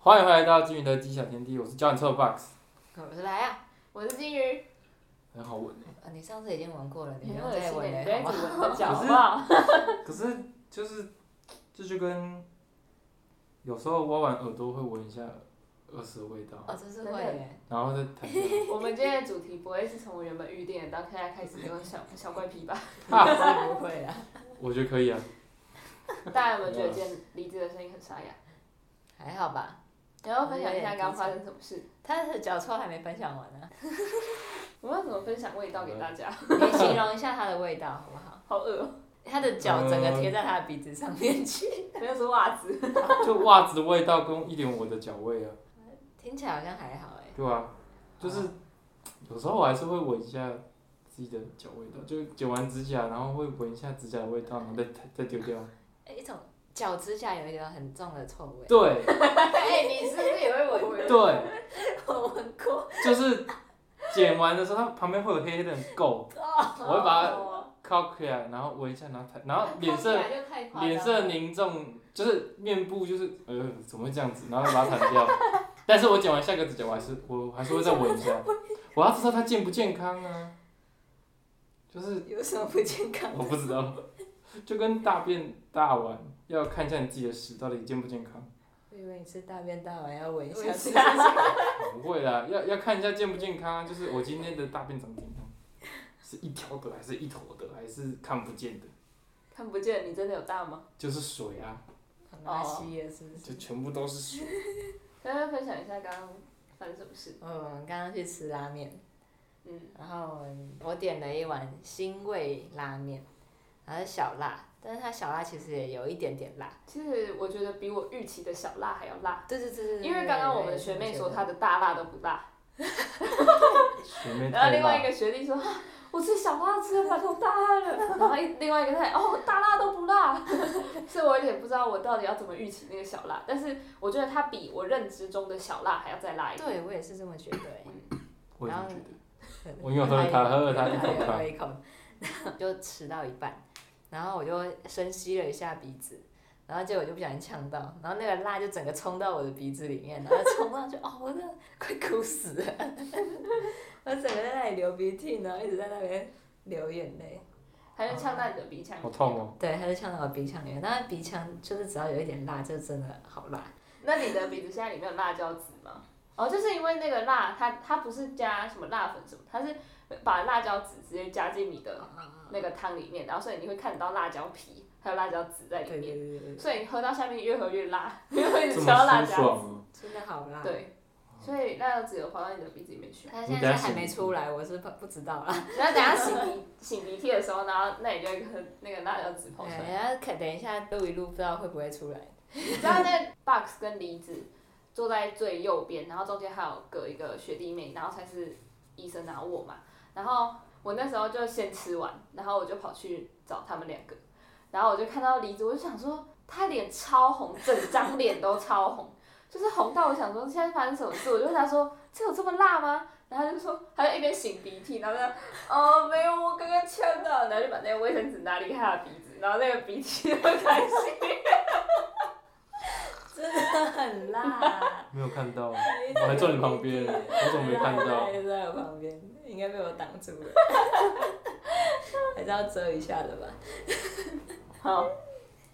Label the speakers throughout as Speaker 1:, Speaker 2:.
Speaker 1: 欢迎回来到金鱼的鸡小天地，我是教你臭 box，
Speaker 2: 我是来呀，我是金鱼，
Speaker 1: 很好闻哎、
Speaker 3: 啊，你上次已经闻过了，你
Speaker 2: 很
Speaker 3: 不用
Speaker 2: 恶
Speaker 3: 再
Speaker 2: 心
Speaker 3: 闻
Speaker 2: 欸，
Speaker 3: 了
Speaker 2: 不要一
Speaker 3: 好吗？
Speaker 2: 直闻着脚
Speaker 1: 可
Speaker 2: 好
Speaker 1: 是
Speaker 2: 不好？
Speaker 1: 可是就是这就跟有时候挖完耳朵会闻一下耳屎的味道，
Speaker 3: 哦，真是
Speaker 2: 真
Speaker 3: 会
Speaker 2: 的
Speaker 3: 耶，
Speaker 1: 然后再弹掉。
Speaker 2: 我们今天的主题不会是从我原本预定的到现在开始这种小小怪癖吧？
Speaker 3: 应该是不会啦，
Speaker 1: 我觉得可以啊，
Speaker 2: 大家有没有觉得今天离职的声音很沙哑？
Speaker 3: 还好吧。
Speaker 2: 然
Speaker 3: 啊
Speaker 2: 后分享一下刚刚发生什么事。
Speaker 3: 他的脚臭还没分享 完呢、
Speaker 2: 我们要怎么分享味道给大家？
Speaker 3: 你形容一下它的味道好不好？
Speaker 2: 好饿哦，
Speaker 3: 它的脚整个贴在他的鼻子上面去，
Speaker 2: 没有说袜子。
Speaker 1: 就袜子的味道跟一点我的脚味啊，
Speaker 3: 听起来好像还好哎。
Speaker 1: 对吧、啊就是有时候我还是会闻一下自己的脚味道，就剪完指甲，然后会闻一下指甲的味道，然后再再丢掉。
Speaker 3: 哎一种脚指甲有一个很重的臭味。
Speaker 1: 对
Speaker 3: 哎、你是不是也会闻？
Speaker 1: 对，
Speaker 3: 我闻过。
Speaker 1: 就是剪完的时候，它旁边会有黑黑的垢，哦我会把它
Speaker 2: 它
Speaker 1: 靠起啊来，然后闻一下，然后抬，然后脸色脸
Speaker 2: 脸
Speaker 1: 色凝重，就是面部就是呃怎么会这样子，然后把它弹掉。但是我剪完下个指甲，我还是我还是会再闻一下，我要知道它健不健康啊。就是
Speaker 3: 有什么不健康？
Speaker 1: 我不知道，就跟大便大完要看一下你自己的屎到底健不健康。
Speaker 3: 我以为你是大便大完要闻一
Speaker 2: 闻一
Speaker 3: 下
Speaker 2: 下
Speaker 3: 是啊不是。
Speaker 1: 不会啦，要要看一下健不健康啊。就是我今天的大便怎么健康，是一条的还是一坨的，还是看不见的？
Speaker 2: 看不见，你真的有大吗？
Speaker 1: 就是水啊，
Speaker 3: 很拉稀了是不？
Speaker 1: 就是全部都是水。
Speaker 2: 跟大家分享一下刚刚发生什么事。
Speaker 3: 嗯，我们刚刚去吃拉面。
Speaker 2: 嗯，
Speaker 3: 然后我们我点了一碗辛味拉面，然后是小辣，但是它小辣其实也有一点点辣。
Speaker 2: 其实我觉得比我预期的小辣还要辣。
Speaker 3: 对对对对对。
Speaker 2: 因为刚刚我们的学妹说她的大辣都不辣，
Speaker 1: 前面
Speaker 2: 然
Speaker 1: 太
Speaker 2: 后另外
Speaker 1: 辣，
Speaker 2: 一个学弟说， 啊我吃小辣吃的满头大汗了，然后一另外一个他哦大辣都不辣， 所以我有点不知道我到底要怎么预期那个小辣，但是我觉得它比我认知中的小辣还要再辣一点。
Speaker 3: 对，我也是这么觉得欸。
Speaker 1: 我也
Speaker 3: 然后
Speaker 1: 觉得， 我因为我喝了它，喝了它一口
Speaker 3: 喝
Speaker 1: 汤
Speaker 3: 了，一口，然后就吃到一半，然后我就深吸了一下鼻子，然后结果就不小心呛到，然后那个辣就整个冲到我的鼻子里面，然后冲上去，哦，我真的快哭死了， 我整个在那里流鼻涕，然后一直在那边流眼泪。
Speaker 2: 还是呛到你的鼻腔。
Speaker 1: 好痛 哦！
Speaker 3: 对，它就呛到我鼻腔里面。那鼻腔就是只要有一点辣，就真的好辣。
Speaker 2: 那你的鼻子现在里面有辣椒籽吗？哦，就是因为那个辣，它它不是加什么辣粉什么，它是把辣椒籽直接加进你的那个汤里面，然后所以你会看到辣椒皮还有辣椒籽在里
Speaker 3: 对对
Speaker 2: 面。
Speaker 3: 对对对，
Speaker 2: 所以你喝到下面越喝越辣， 因为你
Speaker 1: 这么
Speaker 2: 吃到辣
Speaker 1: 舒
Speaker 2: 椒。
Speaker 1: 爽哦！
Speaker 3: 真的好辣。，
Speaker 2: 对，所以辣椒籽有跑到你的鼻子里 面去。
Speaker 3: 它
Speaker 1: 你
Speaker 3: 现
Speaker 1: 等下
Speaker 3: 在是还
Speaker 1: 醒
Speaker 3: 没
Speaker 1: 一
Speaker 3: 出来，我是不不知道啦。
Speaker 2: 然后等下擤鼻擤鼻涕的时候，然后那你就会喝那个辣椒籽跑出
Speaker 3: 哎，
Speaker 2: 来。
Speaker 3: 等下可等一下录一录，不知道会不会出来。
Speaker 2: 你知道那 box 跟梨子坐在最右边，然后中间还有隔一个学弟妹，然后才是医生然后我嘛。然后我那时候就先吃完，然后我就跑去找他们两个，然后我就看到梨子，我就想说她脸超红，整张脸都超红，就是红到我想说现在发生什么事，我就问他说这有这么辣吗？然后他就说，他就一边擤鼻涕，然后呢，哦，没有，我刚刚呛到，然后就把那个卫生纸拿离他的鼻子，然后那个鼻涕就开始
Speaker 3: 真的很辣。
Speaker 1: 没有看到， 哦我还坐你旁边，我怎么没看到？
Speaker 3: 就在我旁边，应该被我挡住 了。还是要遮一下的吧。
Speaker 2: 好，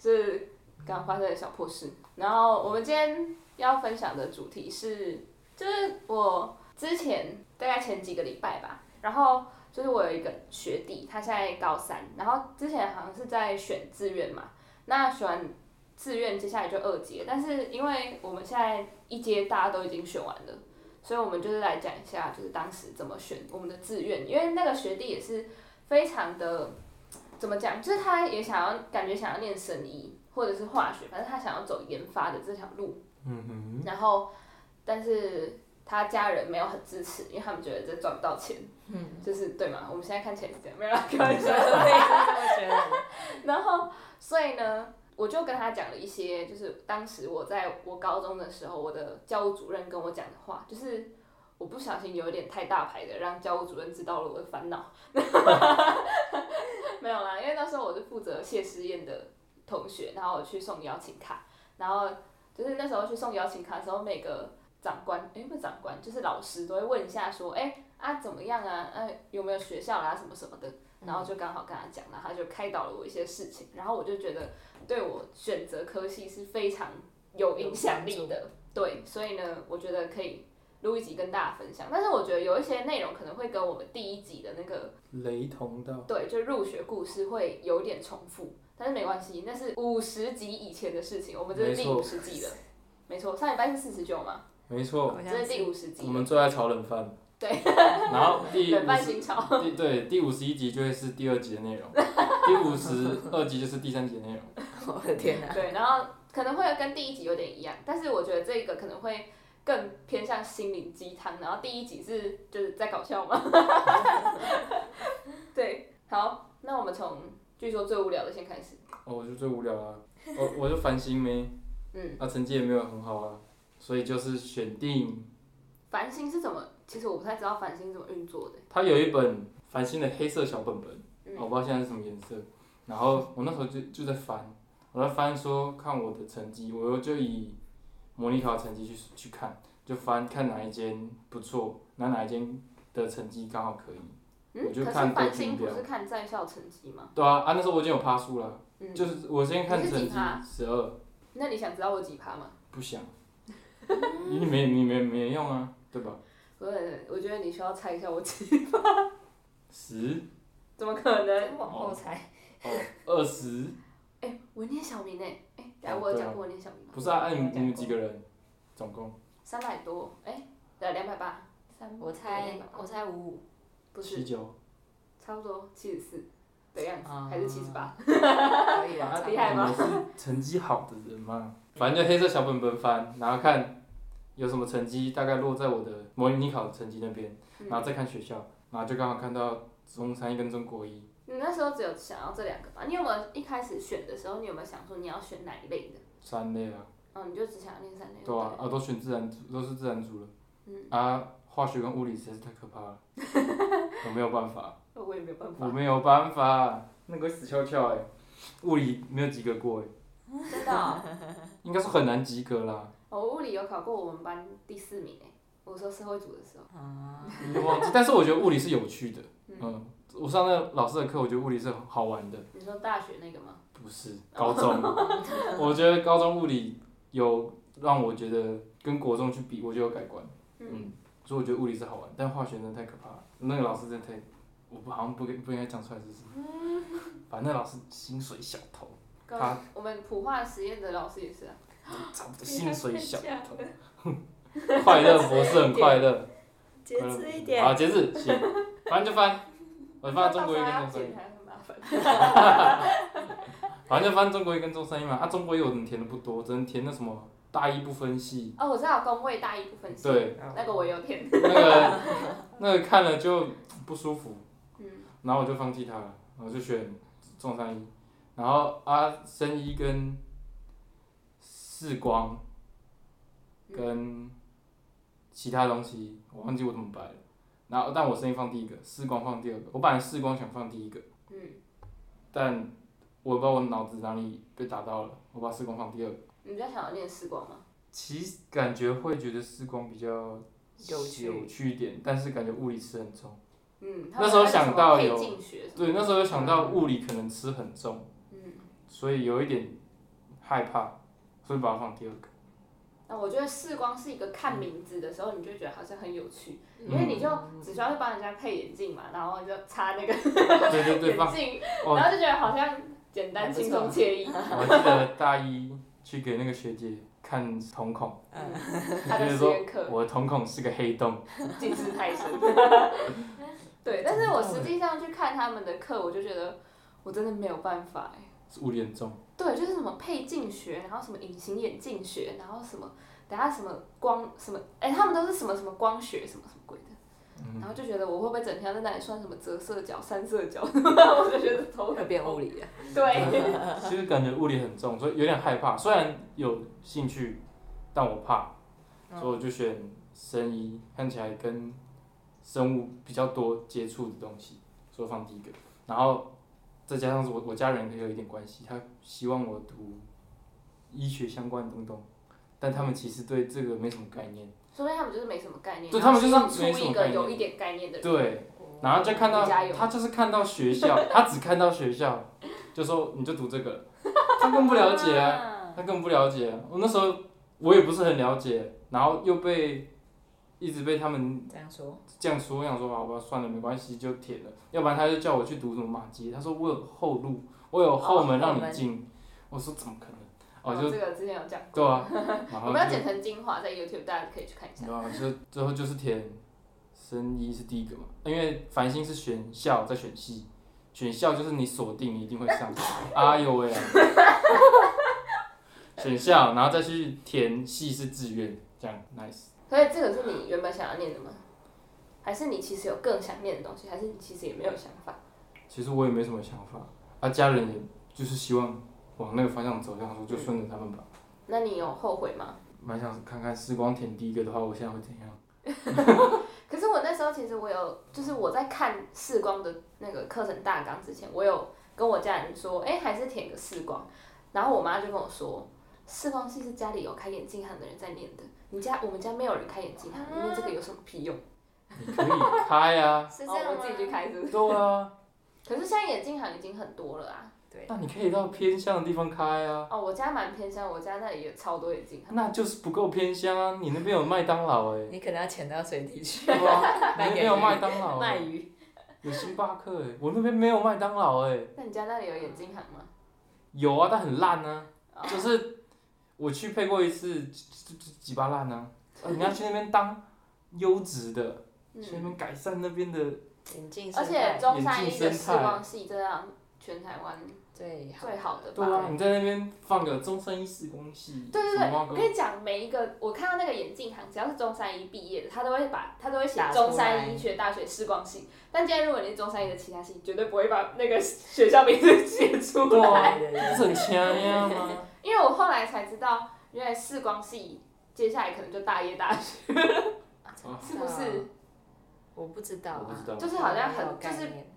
Speaker 2: 是刚发生的小破事。然后我们今天要分享的主题是，就是我之前大概前几个礼拜吧，然后就是我有一个学弟，他现在高三，然后之前好像是在选志愿嘛，那选完志愿接下来就二阶，但是因为我们现在一阶大家都已经选完了。所以，我们就是来讲一下，就是当时怎么选我们的志愿，因为那个学弟也是非常的怎么讲，就是他也想要感觉想要念生医或者是化学，反正他想要走研发的这条路。
Speaker 1: 嗯哼，
Speaker 2: 然后，但是他家人没有很支持，因为他们觉得这赚不到钱，
Speaker 3: 嗯，
Speaker 2: 就是对嘛？我们现在看起来是这样，没有啦，开玩
Speaker 3: 我也是这
Speaker 2: 笑。
Speaker 3: 么觉得。
Speaker 2: 然后，所以呢，我就跟他讲了一些，就是当时我在我高中的时候，我的教务主任跟我讲的话，就是我不小心有一点太大牌的，让教务主任知道了我的烦恼。 没有啦，因为那时候我是负责谢师宴的同学，然后我去送邀请卡，然后就是那时候去送邀请卡的时候，每个长官，哎、不是长官，就是老师都会问一下说，哎、啊怎么样啊，哎、有没有学校啦、什么什么的，然后就刚好跟他讲，然后他就开导了我一些事情，然后我就觉得对我选择科系是非常有影响力的，对，所以呢，我觉得可以录一集跟大家分享，但是我觉得有一些内容可能会跟我们第一集的那个
Speaker 1: 嗯雷同到
Speaker 2: 对，就入学故事会有点重复，但是没关系，那是五十集以前的事情，我们这是
Speaker 1: 没
Speaker 2: 第
Speaker 1: 错
Speaker 2: 五十集了。没错，上礼拜是四十九嘛，
Speaker 1: 没错，
Speaker 3: 好像
Speaker 2: 这是
Speaker 3: 是
Speaker 2: 第五十集
Speaker 1: 我。们最爱炒冷饭。
Speaker 2: 对。
Speaker 1: 然 后第
Speaker 2: 冷
Speaker 1: 五
Speaker 2: 饭
Speaker 1: 十
Speaker 2: 新潮，
Speaker 1: 第对第五十一集就会是第二集的内容，第五十二集就是第三集的 内容。
Speaker 3: 我的天哪、
Speaker 2: 对，然后可能会跟第一集有点一样，但是我觉得这个可能会更偏向心灵鸡汤，然后第一集是就是在搞笑嘛。 对，好，那我们从据说最无聊的先开始。
Speaker 1: 哦，我就最无聊啊，我我就烦心没，
Speaker 2: 嗯，
Speaker 1: 那、成绩也没有很好啊，所以就是选定
Speaker 2: 繁星是怎么？其实我不太知道繁星怎么运作的。
Speaker 1: 他有一本繁星的黑色小本本，哦
Speaker 2: 嗯
Speaker 1: 我不知道现在是什么颜色。然后我那时候就就在翻，我在翻说看我的成绩，我又就以模拟考的成绩去去看，就翻看哪一间不错，那哪一间的成绩刚好可以。
Speaker 2: 嗯，
Speaker 1: 我就
Speaker 2: 可是
Speaker 1: 看
Speaker 2: 繁
Speaker 1: 各
Speaker 2: 星
Speaker 1: 竞
Speaker 2: 不
Speaker 1: 标
Speaker 2: 是看在校成绩吗？
Speaker 1: 对啊，啊那时候我已经有趴数了，
Speaker 2: 嗯，
Speaker 1: 就是我先看
Speaker 2: 你是
Speaker 1: 成
Speaker 2: 几
Speaker 1: 绩
Speaker 2: 趴
Speaker 1: 十二，
Speaker 2: 那你想知道我几趴吗？
Speaker 1: 不想，
Speaker 2: 嗯
Speaker 1: 你没你没没用啊，对吧？
Speaker 2: 不是，我觉得你需要猜一下我几，
Speaker 1: 十
Speaker 2: 怎么可能？
Speaker 3: 往后猜，
Speaker 1: 哦二十，
Speaker 2: 哎、我念小明哎、哎、等下
Speaker 1: 哦
Speaker 2: 我有
Speaker 1: 对啊
Speaker 2: 讲过我念小明吗？
Speaker 1: 不是啊，啊你们你们几个人总共？
Speaker 2: 三百多，哎、对，两百八，三，
Speaker 3: 我猜
Speaker 2: 280
Speaker 1: 哦
Speaker 3: 我猜五五，
Speaker 2: 不
Speaker 1: 七
Speaker 2: 是，
Speaker 1: 九，
Speaker 2: 差不多七十四的样子，
Speaker 3: 啊
Speaker 2: 还是七十八？
Speaker 3: 可以了，差不
Speaker 2: 啊厉害
Speaker 3: 多。
Speaker 1: 啊
Speaker 2: 吗
Speaker 1: 你们是成绩好的人嘛， 反正就黑色小本本翻，然后看有什么成绩大概落在我的模拟考的成绩那边，
Speaker 2: 嗯
Speaker 1: 然后再看学校，然后就刚好看到中山一跟中国一，
Speaker 2: 你那时候只有想要这两个吧？你有没有一开始选的时候，你有没有想说你要选哪一类的？
Speaker 1: 三类啊，
Speaker 2: 哦，你就只想要念三类。
Speaker 1: 对啊，啊都选自然组，都是自然组了，
Speaker 2: 嗯
Speaker 1: 啊化学跟物理实在是太可怕 了，我没有办法。
Speaker 2: 对哦我也没有办
Speaker 1: 我
Speaker 2: 法，
Speaker 1: 没有办法，那个死翘翘哎，物理没有及格过哎、
Speaker 2: 真的 哦、
Speaker 1: 应该是很难及格啦。
Speaker 2: 我物理有考过我们班第四名诶、欸我说社会组的时候，
Speaker 3: 啊，
Speaker 1: 我忘记，但是我觉得物理是有趣的。
Speaker 2: 嗯
Speaker 1: 嗯，我上那老师的课，我觉得物理是很好玩的，
Speaker 2: 你说大学那个吗？
Speaker 1: 不是高中。我觉得高中物理有让我觉得跟国中去比，我就有改观。
Speaker 2: 嗯，
Speaker 1: 嗯，所以我觉得物理是好玩，但化学真的太可怕了。那个老师真的太，我不好像不给不应该讲出来，就是，反正老师薪水小偷。
Speaker 2: 高
Speaker 1: 他
Speaker 2: 我们普化实验的老师也是啊，
Speaker 1: 差不多薪水小
Speaker 3: 真的
Speaker 1: 偷。快乐博士很快乐，
Speaker 3: 节
Speaker 1: 快乐
Speaker 3: 制一
Speaker 1: 博士好，
Speaker 3: 点，
Speaker 1: 节制，行，反正就翻，我翻中国一跟中山
Speaker 2: 剪
Speaker 1: 一，
Speaker 2: 还很麻烦。
Speaker 1: 啊反正就翻中国一跟中山一嘛。啊，中国一我能填的不多，只能填那什么大一不分系，
Speaker 2: 哦，我知道工位大一部分是，
Speaker 1: 对，
Speaker 2: 那个我也有填。
Speaker 1: 那个那个看了就不舒服，
Speaker 2: 嗯，
Speaker 1: 然后我就放弃它了，我就选中山一，然后啊，深一跟视光跟其他东西，我忘记我怎么摆了。然后，但我声音放第一个，视光放第二个。我本来视光想放第一个，
Speaker 2: 嗯，
Speaker 1: 但我不知道我脑子哪里被打到了，我把视光放第二个。
Speaker 2: 你比较想要念时光吗？
Speaker 1: 其实感觉会觉得视光比较
Speaker 3: 有趣
Speaker 1: 有趣一点，但是感觉物理吃很重。
Speaker 2: 嗯，
Speaker 1: 那时候想到有
Speaker 2: 他们那个什么配镜学什么
Speaker 1: 对，那时候有想到物理可能吃很重，
Speaker 2: 嗯，
Speaker 1: 所以有一点害怕，所以把它放 第二个。
Speaker 2: 那我觉得视光是一个看名字的时候，你就觉得好像很有趣，
Speaker 1: 嗯
Speaker 2: 因为你就只需要去帮人家配眼镜嘛，然后就擦那个
Speaker 1: 对对对，
Speaker 2: 眼
Speaker 1: 放。
Speaker 2: 镜，
Speaker 1: 哦，
Speaker 2: 然后就觉得好像简单、
Speaker 3: 还不错
Speaker 2: 轻松、惬意。
Speaker 1: 我还记得大一去给那个学姐看瞳孔，
Speaker 2: 嗯
Speaker 3: 嗯，
Speaker 2: 他
Speaker 1: 她
Speaker 2: 的
Speaker 1: 就
Speaker 2: 实
Speaker 1: 说
Speaker 2: 验课
Speaker 1: 我的瞳孔是个黑洞。
Speaker 2: 近视太深。对，但是我实际上去看他们的课，我就觉得我真的没有办法哎。
Speaker 1: 是物理很重，
Speaker 2: 对，就是什么配镜学，然后什么隐形眼镜学，然后什么，等下什么光什么，哎、他们都是什么什么光学什么什么鬼的，
Speaker 1: 嗯
Speaker 2: 然后就觉得我会不会整天在那里算什么折射角、三色角， 我就觉得头
Speaker 3: 会
Speaker 2: 很
Speaker 3: 变
Speaker 2: 痛
Speaker 3: 物理了。
Speaker 2: 对，
Speaker 1: 其实感觉物理很重，所以有点害怕。虽然有兴趣，但我怕，
Speaker 3: 嗯
Speaker 1: 所以我就选生医，看起来跟生物比较多接触的东西，所以放第一个。然后再加上是我我家人也有一点关系，他希望我读医学相关的东东，但他们其实对这个没什么概念。
Speaker 2: 说不定他们就是没什么概念，
Speaker 1: 对他们就是
Speaker 2: 然后是
Speaker 1: 没什
Speaker 2: 出一
Speaker 1: 么
Speaker 2: 个
Speaker 1: 概念
Speaker 2: 有一点概念的人，
Speaker 1: 对，然后就看到
Speaker 2: 你加油
Speaker 1: 他就是看到学校，他只看到学校，就说你就读这个，他更不了解啊，
Speaker 3: 啊。
Speaker 1: 他更不了解、啊。我那时候我也不是很了解，然后又被一直被他们
Speaker 3: 这样说，
Speaker 1: 这样说，我想说好吧，算了，没关系，就铁了。要不然他就叫我去读什么马街，他说我有后路，我有后门
Speaker 3: 哦后
Speaker 1: 让你
Speaker 3: 门
Speaker 1: 进。我说怎么可能？
Speaker 2: 哦，
Speaker 1: 哦，就
Speaker 2: 这个之前有讲
Speaker 1: 对
Speaker 2: 过，
Speaker 1: 啊，然
Speaker 2: 我
Speaker 1: 后
Speaker 2: 们要
Speaker 1: 就
Speaker 2: 剪成精华，在 YouTube 大家可以去看一下。
Speaker 1: 然后啊就最后就是填生医是第一个嘛，因为繁星是选校再选系，选校就是你锁定你一定会 上，哎呦喂啊，选校然后再去填系是志愿，这样 nice。
Speaker 2: 所以这个是你原本想要念的吗？还是你其实有更想念的东西？还是你其实也没有想法？
Speaker 1: 其实我也没什么想法，啊家人也就是希望往那个方向走，然后就顺着他们吧。
Speaker 2: 那你有后悔吗？
Speaker 1: 蛮想看看时光填第一个的话，我现在会怎样？
Speaker 2: 可是我那时候其实我有，就是我在看视光的那个课程大纲之前，我有跟我家人说，哎、还是填个视光。然后我妈就跟我说，视光系是家里有开眼镜行的人在念的，你家我们家没有人开眼镜行，你念这个有什么屁用？
Speaker 1: 你可以开啊，
Speaker 3: 是
Speaker 2: 哦我自己去开是不是？
Speaker 1: 对 啊，
Speaker 2: 可是现在眼镜行已经很多了啊。
Speaker 3: 对，
Speaker 1: 那你可以到偏向的地方开啊。
Speaker 2: 哦，我家蛮偏向，我家那里有超多眼镜行。
Speaker 1: 那就是不够偏乡啊！你那边有麦当劳 哎、
Speaker 3: 你可能要潜到水底去
Speaker 1: 对吧？你
Speaker 3: 卖
Speaker 1: 那
Speaker 3: 给
Speaker 1: 边有麦当劳、
Speaker 3: 卖
Speaker 1: 欸，
Speaker 3: 鱼，
Speaker 1: 有星巴克哎、我那边没有麦当劳哎、
Speaker 2: 那你家那里有眼镜行吗？
Speaker 1: 有啊，但很烂啊，
Speaker 2: 哦
Speaker 1: 就是我去配过一次，几几几巴烂啊！呃你要去那边当优质的，去那
Speaker 2: 嗯，
Speaker 1: 边改善那边的，
Speaker 3: 眼镜
Speaker 2: 而
Speaker 3: 时代，
Speaker 2: 且中山一
Speaker 1: 眼
Speaker 2: 的
Speaker 1: 镜
Speaker 2: 视
Speaker 1: 生态
Speaker 2: 光系这样全台湾
Speaker 3: 最好
Speaker 2: 最好的吧
Speaker 1: 对。啊，你在那边放个中山一视光系，
Speaker 2: 呃对对
Speaker 1: 什
Speaker 2: 对，
Speaker 1: 么
Speaker 2: 我
Speaker 1: 歌
Speaker 2: 跟你讲，每一个我看到那个眼镜行，只要是中山一毕业的，他都会把他都会写
Speaker 3: 打出来
Speaker 2: 中山医学大学视光系。但今天如果你是中山一的其他系，绝对不会把那个学校名字写出
Speaker 1: 对
Speaker 2: 来。
Speaker 1: 啊，
Speaker 3: 对对
Speaker 1: 不
Speaker 3: 对
Speaker 1: 是很强呀吗？
Speaker 2: 因为我后来才知道，原来视光系接下来可能就大业大学，
Speaker 1: 哦
Speaker 2: 是不是？
Speaker 3: 我不知道
Speaker 1: 我不
Speaker 3: 啊
Speaker 1: 知，道，
Speaker 2: 就是好像
Speaker 3: 没有
Speaker 2: 很就
Speaker 3: 概
Speaker 2: 是
Speaker 3: 念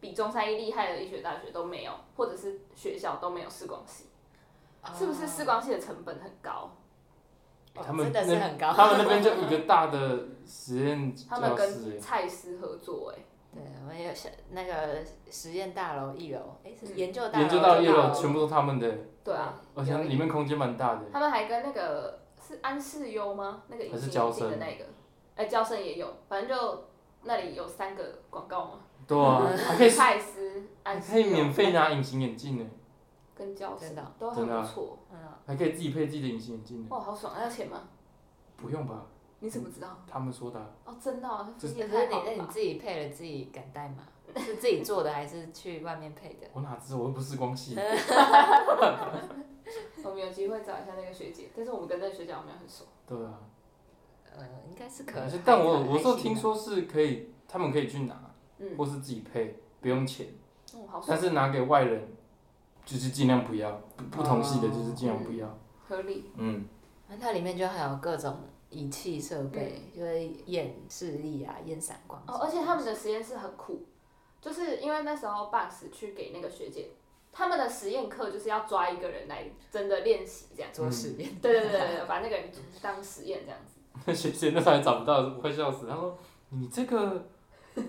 Speaker 2: 比中山一厉害的医学大学都没有，或者是学校都没有视光系，
Speaker 1: 哦
Speaker 2: 是不是视光系的成本很高？
Speaker 3: 哦
Speaker 1: 他们
Speaker 3: 真的是
Speaker 1: 那
Speaker 3: 很高，
Speaker 1: 他们那边就一个大的实验教
Speaker 2: 他们
Speaker 1: 室、
Speaker 2: 跟
Speaker 1: 欸，
Speaker 2: 蔡司合作、哎，
Speaker 3: 对，我们有小那个实验大楼一楼，哎，是
Speaker 2: 嗯
Speaker 3: 研究大楼，哦
Speaker 1: 研究到一楼全部都他们的、
Speaker 2: 对啊，
Speaker 1: 而且里面空间蛮大的，
Speaker 2: 他们还跟那个是安世优吗？那个隐
Speaker 1: 还是
Speaker 2: 形
Speaker 1: 娇
Speaker 2: 眼
Speaker 1: 生
Speaker 2: 镜的那个，哎、娇生也有，反正就那里有三个广告嘛，
Speaker 1: 对啊，还可以
Speaker 2: 蔡司、安
Speaker 1: 还
Speaker 2: 世
Speaker 1: 可以
Speaker 2: 优
Speaker 1: 免费拿隐形眼镜呢，
Speaker 2: 跟娇生
Speaker 3: 真的
Speaker 2: 都很
Speaker 1: 真的
Speaker 2: 不
Speaker 1: 啊
Speaker 2: 错，
Speaker 3: 嗯，
Speaker 1: 还可以自己配自己的隐形眼镜呢，
Speaker 2: 哇，好爽！要钱吗？
Speaker 1: 不用吧？
Speaker 2: 你怎么知道？
Speaker 1: 他们说的啊、
Speaker 2: 哦，真的、哦，
Speaker 1: 就是
Speaker 2: 也
Speaker 3: 可是
Speaker 2: 太
Speaker 3: 你
Speaker 2: 好
Speaker 3: 那
Speaker 2: 了
Speaker 3: 你
Speaker 2: 吧。
Speaker 3: 自己配了自己敢戴吗？是自己做的还是去外面配的？
Speaker 1: 我哪知道，我又不是光系，
Speaker 2: 我们有机会找一下那个学姐，但是我们跟那个学姐好像没有很熟。
Speaker 1: 对啊。
Speaker 3: 呃，应该是可
Speaker 1: 而且
Speaker 3: 以，
Speaker 1: 但我我
Speaker 3: 是
Speaker 1: 嗯是听，说是可以，他们可以去拿，
Speaker 2: 嗯，
Speaker 1: 或是自己配，不用钱，
Speaker 2: 嗯，好
Speaker 1: 但
Speaker 2: 爽，
Speaker 1: 是拿给外人，就是尽量不要，不不同系
Speaker 3: 哦
Speaker 1: 的就是尽量不要，
Speaker 2: 合理。
Speaker 1: 嗯，
Speaker 3: 啊它里面就还有各种仪器设备，就是验视力啊、验散光
Speaker 2: 哦，而且他们的实验室很酷，就是因为那时候 Box 去给那个学姐，他们的实验课就是要抓一个人来真的练习这样。
Speaker 3: 做实验，
Speaker 1: 嗯
Speaker 2: 对对对对对，把那个人当实验这样子。
Speaker 1: 学姐那时候还找不到，我快笑死，他说你这个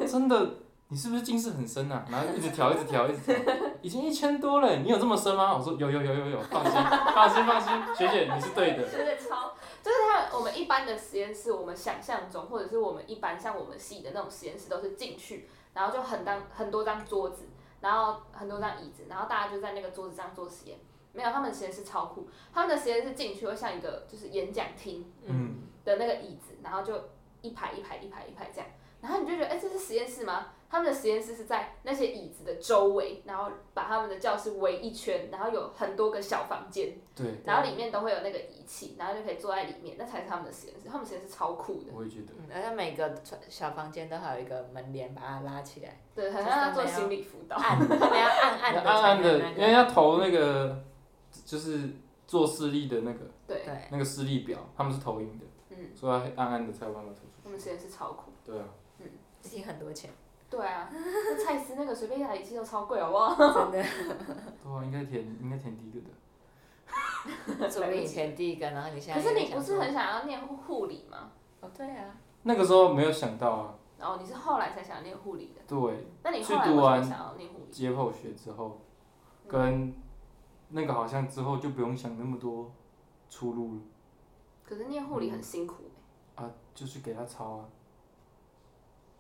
Speaker 1: 真的。你是不是近视很深啊？然后一直调，一直调，一直调，已经一千多了，你有这么深吗？我说有有有有有，放心放心放心，学姐你是对的。
Speaker 2: 真的超，就是他我们一般的实验室，我们想象中或者是我们一般像我们系的那种实验室，都是进去，然后就很当很多张桌子，然后很多张椅子，然后大家就在那个桌子上做实验。没有，他们的实验室超酷，他们的实验室进去会像一个就是演讲厅
Speaker 1: 嗯，
Speaker 2: 的那个椅子，然后就一排一排一排一排这样，然后你就觉得，哎、这是实验室吗？他们的实验室是在那些椅子的周围，然后把他们的教室围一圈，然后有很多个小房间。
Speaker 1: 对，
Speaker 2: 然后里面都会有那个仪器，然后就可以坐在里面，那才是他们的实验室。他们实验室超酷的，
Speaker 1: 我也觉得。
Speaker 3: 嗯，而且每个小房间都还有一个门帘把它拉 起来，
Speaker 2: 对，很像在做心理辅导。
Speaker 3: 暗，他们要暗暗的，
Speaker 1: 暗暗的，因为
Speaker 3: 对
Speaker 1: 要投那个就是做视力的那个
Speaker 2: 对，
Speaker 1: 那个视力表，他们是投影的，
Speaker 2: 嗯，
Speaker 1: 所以要暗暗的才有办法投出
Speaker 2: 他们实验室超酷。
Speaker 1: 去。对啊，
Speaker 3: 挺很多钱，
Speaker 2: 对啊，那蔡司那个 随便一台仪器都超贵，好不好？
Speaker 3: 真的。
Speaker 1: 对啊，应该填应该填第一个的。
Speaker 3: 说不定以前第一个，然后你现在
Speaker 2: 可是
Speaker 3: 又
Speaker 2: 你
Speaker 3: 想
Speaker 2: 不是
Speaker 3: 说
Speaker 2: 很想要念护理吗？
Speaker 3: 哦，对啊，
Speaker 1: 那个时候没有想到啊，
Speaker 2: 然后你是后来才想念护理的，
Speaker 1: 对，
Speaker 2: 那你
Speaker 1: 去
Speaker 2: 后来
Speaker 1: 读
Speaker 2: 为什么
Speaker 1: 完
Speaker 2: 想要念护理？
Speaker 1: 接后学之后，跟那个好像之后就不用想那么多出路了
Speaker 2: 可是念护理很辛苦、
Speaker 1: 啊，就是给他抄啊，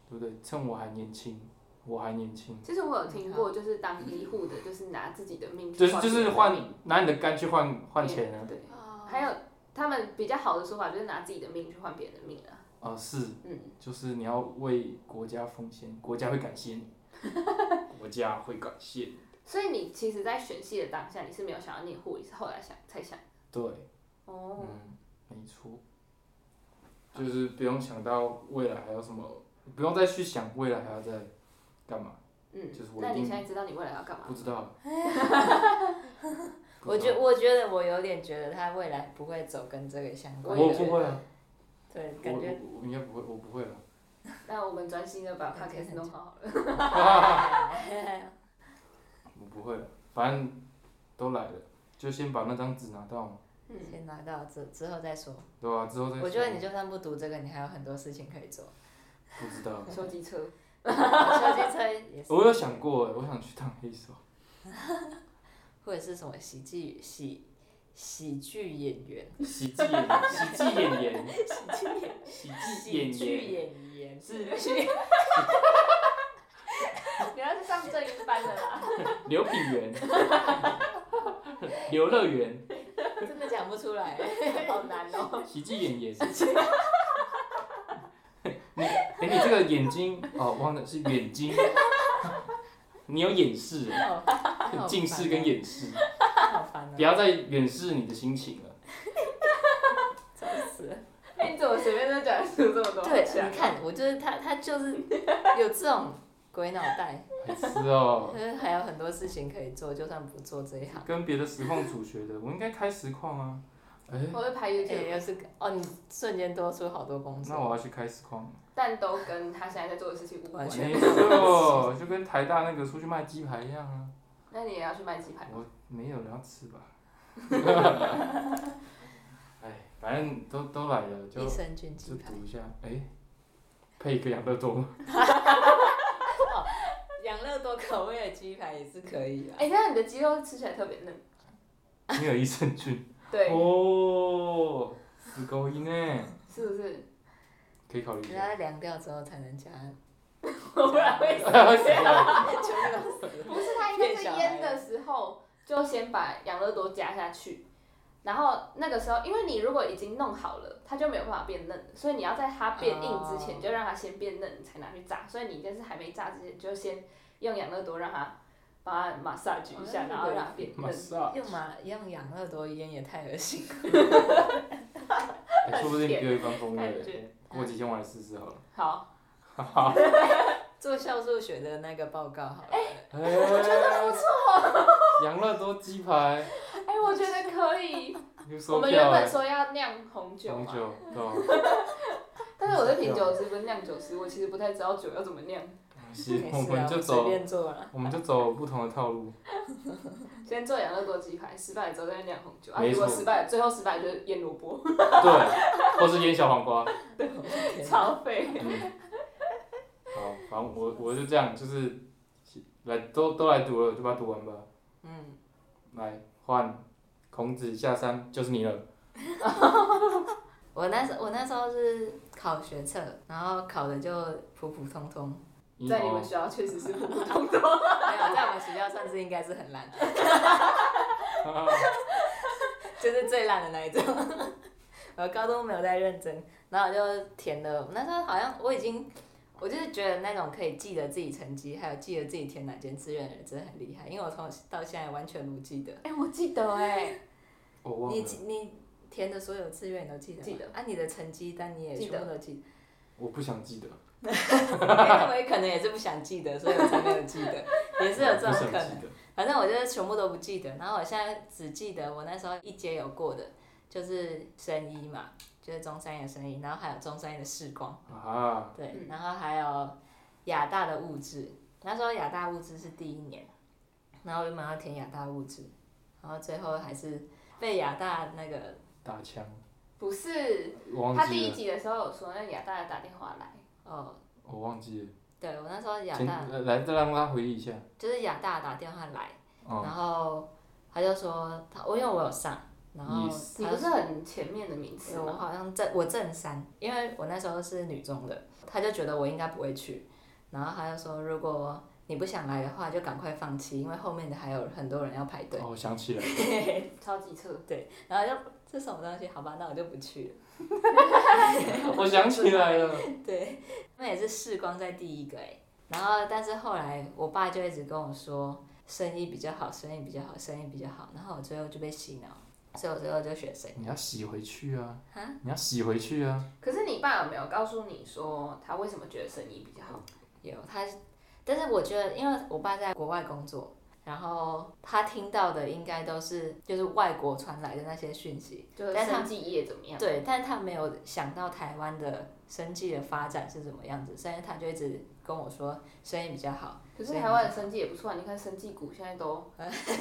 Speaker 1: 对不对？趁我还年轻，我还年轻，
Speaker 2: 其实我有听过，就是当医护的，就是拿自己的命去
Speaker 1: 就是就
Speaker 2: 换别
Speaker 1: 是
Speaker 2: 人的
Speaker 1: 换
Speaker 2: 命
Speaker 1: 拿你的肝去换换钱啊，
Speaker 2: 对，还有他们比较好的说法就是拿自己的命去换别人的命啊。
Speaker 1: 啊是，
Speaker 2: 嗯，
Speaker 1: 就是你要为国家奉献，国家会感谢 你，国家会感谢你，
Speaker 2: 所以你其实，在选系的当下，你是没有想要念护理，是后来想才想。
Speaker 1: 对。
Speaker 2: 哦，
Speaker 1: 嗯，没错，就是不用想到未来还有什么，不用再去想未来还要再干嘛，
Speaker 2: 嗯
Speaker 1: 就是，我
Speaker 2: 那
Speaker 1: 一
Speaker 2: 你
Speaker 1: 定
Speaker 2: 现在知道你未来要干嘛
Speaker 1: 不？知道。不
Speaker 3: 我
Speaker 1: 知
Speaker 3: 觉我觉得我有点觉得他未来不会走跟这个相
Speaker 1: 道
Speaker 3: 关
Speaker 2: 也
Speaker 1: 我
Speaker 3: 的，
Speaker 2: 觉
Speaker 1: 不会啊，
Speaker 3: 对，
Speaker 1: 我
Speaker 3: 感觉
Speaker 1: 我我应该不会，我不会了。
Speaker 2: 那我们专心的把
Speaker 3: 感觉
Speaker 2: podcast
Speaker 3: 很
Speaker 2: 弄好 好了。
Speaker 1: 啊我不会了，啊反正都来了，就先把那张纸拿到嘛，
Speaker 2: 嗯，
Speaker 3: 先拿到之之后再说。
Speaker 1: 对吧、之后再说。
Speaker 3: 我觉得你就算不读这个，你还有很多事情可以做。
Speaker 1: 不知道，
Speaker 2: 收机车，
Speaker 3: 设计车也是，
Speaker 1: 我有想过欸，我想去当黑手，
Speaker 3: 或者是什么喜剧喜喜剧演员，
Speaker 1: 喜剧演员，喜剧演员，
Speaker 3: 喜剧演
Speaker 1: 喜剧
Speaker 3: 喜
Speaker 1: 演
Speaker 3: 剧
Speaker 1: 员，
Speaker 3: 演员
Speaker 1: 是
Speaker 2: 你要是上正音班的啦。
Speaker 1: 刘品源，游乐园。
Speaker 3: 真的讲不出来，好难哦。
Speaker 1: 喜剧演员。 你哎、你这个眼睛哦，忘了是眼睛，你有掩饰，
Speaker 3: 好好烦哦
Speaker 1: 近视跟眼视，
Speaker 3: 好烦
Speaker 1: 不
Speaker 3: 哦，
Speaker 1: 要再掩饰你的心情了。
Speaker 3: 吵死了。
Speaker 2: 哎，你怎么随便就讲出这么多？
Speaker 3: 对，你，看，我就是他，他就是有这种鬼脑袋，
Speaker 1: 白痴哦，
Speaker 3: 就是还有很多事情可以做，就算不做这一行。
Speaker 1: 跟别的实况组学的，我应该开实况啊。哎、
Speaker 2: 我会拍
Speaker 3: 而
Speaker 2: YouTube，
Speaker 3: 且又是哦，你瞬间多出好多工
Speaker 1: 那
Speaker 3: 作，
Speaker 1: 我要去开实况。
Speaker 2: 但都跟他现在在做的事情无关
Speaker 3: 完。全
Speaker 1: 没错，就跟台大那个出去卖鸡排一样啊。
Speaker 2: 那你也要去卖鸡排吗？
Speaker 1: 我没有人要吃吧？哎，反正都都来了，就
Speaker 3: 益生菌
Speaker 1: 就
Speaker 3: 鸡排，
Speaker 1: 读一下，哎、配一个养乐多，
Speaker 3: 养乐多口味的鸡排也是可以啊。
Speaker 2: 哎，那你的鸡肉吃起来特别嫩。
Speaker 1: 没有益生菌。
Speaker 2: 对，
Speaker 1: 哦，四勾一呢，
Speaker 2: 是不 是？
Speaker 1: 哎可以考虑一
Speaker 3: 人
Speaker 1: 下。
Speaker 3: 家凉掉之后才能加，
Speaker 2: 我不然会死。
Speaker 3: 全部都是。
Speaker 2: 不是，他应该是腌的时候就先把养乐多加下去，然后那个时候，因为你如果已经弄好了，它就没有办法变嫩了，所以你要在它变硬之前
Speaker 3: 哦
Speaker 2: 就让它先变嫩，你才拿去炸。所以你应该是还没炸之前就先用养乐多让它把它 massage 一下，
Speaker 3: 哦
Speaker 2: 然后让它 变
Speaker 1: 马
Speaker 2: 嫩。
Speaker 1: 萨，
Speaker 3: 用嘛用养乐多腌也太恶心了。
Speaker 1: 哎说不定你有一番风
Speaker 2: 感
Speaker 1: 味。
Speaker 2: 觉
Speaker 1: 过几天我来试试好了。
Speaker 2: 好，
Speaker 3: 做酵素学的那个报告好了，
Speaker 1: 哎，我觉得不错。哎养乐多鸡排，
Speaker 2: 哎、我觉得可 以。
Speaker 1: 又
Speaker 2: 我
Speaker 1: 收
Speaker 2: 们原
Speaker 1: 票
Speaker 2: 本
Speaker 1: 哎。
Speaker 2: 说要酿红酒啊
Speaker 1: 红
Speaker 2: 嘛，
Speaker 1: 酒，对吧？
Speaker 2: 但是我是品酒师，不是酿酒师，我其实不太知道酒要怎么酿。
Speaker 1: 行，我
Speaker 3: 没事啊，
Speaker 1: 们就
Speaker 3: 我随
Speaker 1: 走，
Speaker 3: 便做了。
Speaker 1: 我们就走不同的套路。
Speaker 2: 先做养乐多鸡排，失败了之后再酿红酒啊。
Speaker 1: 没
Speaker 2: 如
Speaker 1: 错
Speaker 2: 果失败，最后失败就是腌萝卜。
Speaker 1: 对，或是腌小黄瓜。
Speaker 2: 超费。
Speaker 1: 嗯，好，反正我我就这样，就是来都都来读了，就把它读完吧。
Speaker 3: 嗯，
Speaker 1: 来换孔子下山就是你了。
Speaker 3: 我那时我那时候是考学测，然后考的就普普通通，
Speaker 2: 在你
Speaker 1: 哦
Speaker 2: 们学校确实是普普通
Speaker 3: 没
Speaker 2: 通，
Speaker 3: 有在我们学校算是应该是很烂， 就是最烂的那一种。 我高中没有在认真，然后我就填了，那时候好像我已经，我就是觉得那种可以记得自己成绩，还有记得自己填哪间志愿的人真的很厉害，因为我从到现在完全不记得。
Speaker 2: 哎、我记得哎、
Speaker 1: 我忘
Speaker 3: 你
Speaker 1: 了，
Speaker 3: 你填的所有志愿你都记得吗？
Speaker 2: 记得
Speaker 3: 啊，你的成绩单你也
Speaker 2: 记
Speaker 3: 全
Speaker 2: 得
Speaker 3: 部都记 得。
Speaker 1: 我不想记得。
Speaker 3: 因为我也可能也是不想记得，所以我才没有记得，也是有这种可
Speaker 1: 不想
Speaker 3: 能
Speaker 1: 记。得。
Speaker 3: 反正我就是全部都不记得，然后我现在只记得我那时候一阶有过的，就是生医嘛，就是中山的生医，然后还有中山的视光，
Speaker 1: 啊，
Speaker 3: 对，
Speaker 2: 嗯
Speaker 3: 然后还有亚大的物质，那时候亚大物质是第一年，然后原本要填亚大物质，然后最后还是被亚大那个
Speaker 1: 打枪，
Speaker 2: 不是，
Speaker 1: 我忘
Speaker 2: 他第
Speaker 1: 记
Speaker 2: 一
Speaker 1: 了，
Speaker 2: 集的时候有说，那亚大打电话来，
Speaker 3: 哦，
Speaker 1: 我忘记了，
Speaker 3: 对我那时候亚
Speaker 1: 前
Speaker 3: 大
Speaker 1: 呃来再让他回忆一下，
Speaker 3: 就是亚大打电话来，
Speaker 1: 哦，
Speaker 3: 然后他就说他我因为我有上，然后
Speaker 1: 你
Speaker 2: 你
Speaker 3: 他
Speaker 2: 不
Speaker 3: 就是
Speaker 2: 很前面的名
Speaker 3: 是
Speaker 2: 词
Speaker 3: 我
Speaker 2: 吗？
Speaker 3: 好像正我正三，因为我那时候是女中的，他就觉得我应该不会去，然后他就说如果你不想来的话，就赶快放弃，因为后面的还有很多人要排队。
Speaker 1: 哦，我想起来了，
Speaker 2: 超级车，
Speaker 3: 对，然后就这什么东西？好吧，那我就不去了。
Speaker 1: 我想起来了，
Speaker 3: 对，他们也是试光在第一个哎、然后但是后来我爸就一直跟我说生意比较好，生意比较好，生意比较好，然后我最后就被洗脑，所以我最后就选生意。
Speaker 1: 你要洗回去啊
Speaker 3: 啊，
Speaker 1: 你要洗回去啊，
Speaker 2: 可是你爸有没有告诉你说他为什么觉得生意比较好？
Speaker 3: 有他，但是我觉得，因为我爸在国外工作，然后他听到的应该都是就是外国传来的那些讯息，
Speaker 2: 就是
Speaker 3: 但是他
Speaker 2: 生技业怎么样？
Speaker 3: 对，但他没有想到台湾的生计的发展是怎么样子，所以他就一直跟我说生意比较好。
Speaker 2: 可是台湾的生技也不错啊，你看生技股现在都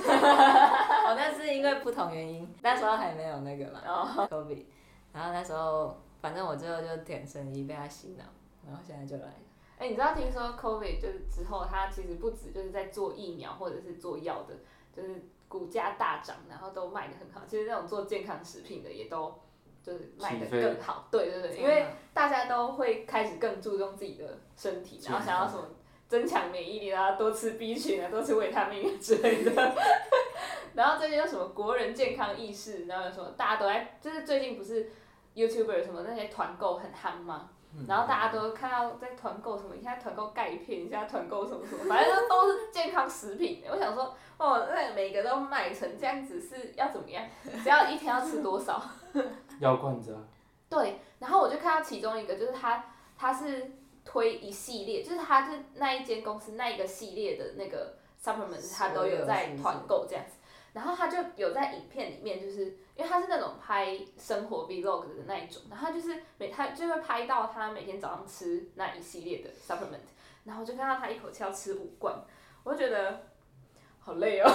Speaker 3: 哦，那是因为不同原因，那时候还没有那个嘛
Speaker 2: 哦，
Speaker 3: ，COVID，然后那时候反正我最后就点生意被他洗脑，然后现在就来了。
Speaker 2: 哎、你知道听说 COVID 就是之后，它其实不止就是在做疫苗或者是做药的，就是股价大涨，然后都卖的很好。其实那种做健康食品的也都就是卖的
Speaker 1: 起飞嗯
Speaker 2: 更好，对对对，因为大家都会开始更注重自己的身体，然后想要什么增强免疫力啊，多吃 B 群啊，多吃维他命啊之类的。 然后最近有什么国人健康意识，然后有什么大家都在，就是最近不是 YouTuber 什么那些团购很夯吗？
Speaker 1: 嗯
Speaker 2: 然后大家都看到在团购什么，一下团购钙片，一下团购什么什么，反正都是健康食品。我想说，哦，那每个都买成这样子是要怎么样？只要一天要吃多少？
Speaker 1: 药罐子啊，
Speaker 2: 对，然后我就看到其中一个，就是他他是推一系列，就是他是那一间公司那一个系列的那个 supplements，他都有在团购这样子。然后他就有在影片里面，就是因为他是那种拍生活 vlog 的那一种，然后他就是每他就会拍到他每天早上吃那一系列的 supplement，然后我就看到他一口气要吃五罐，我就觉得好累哦。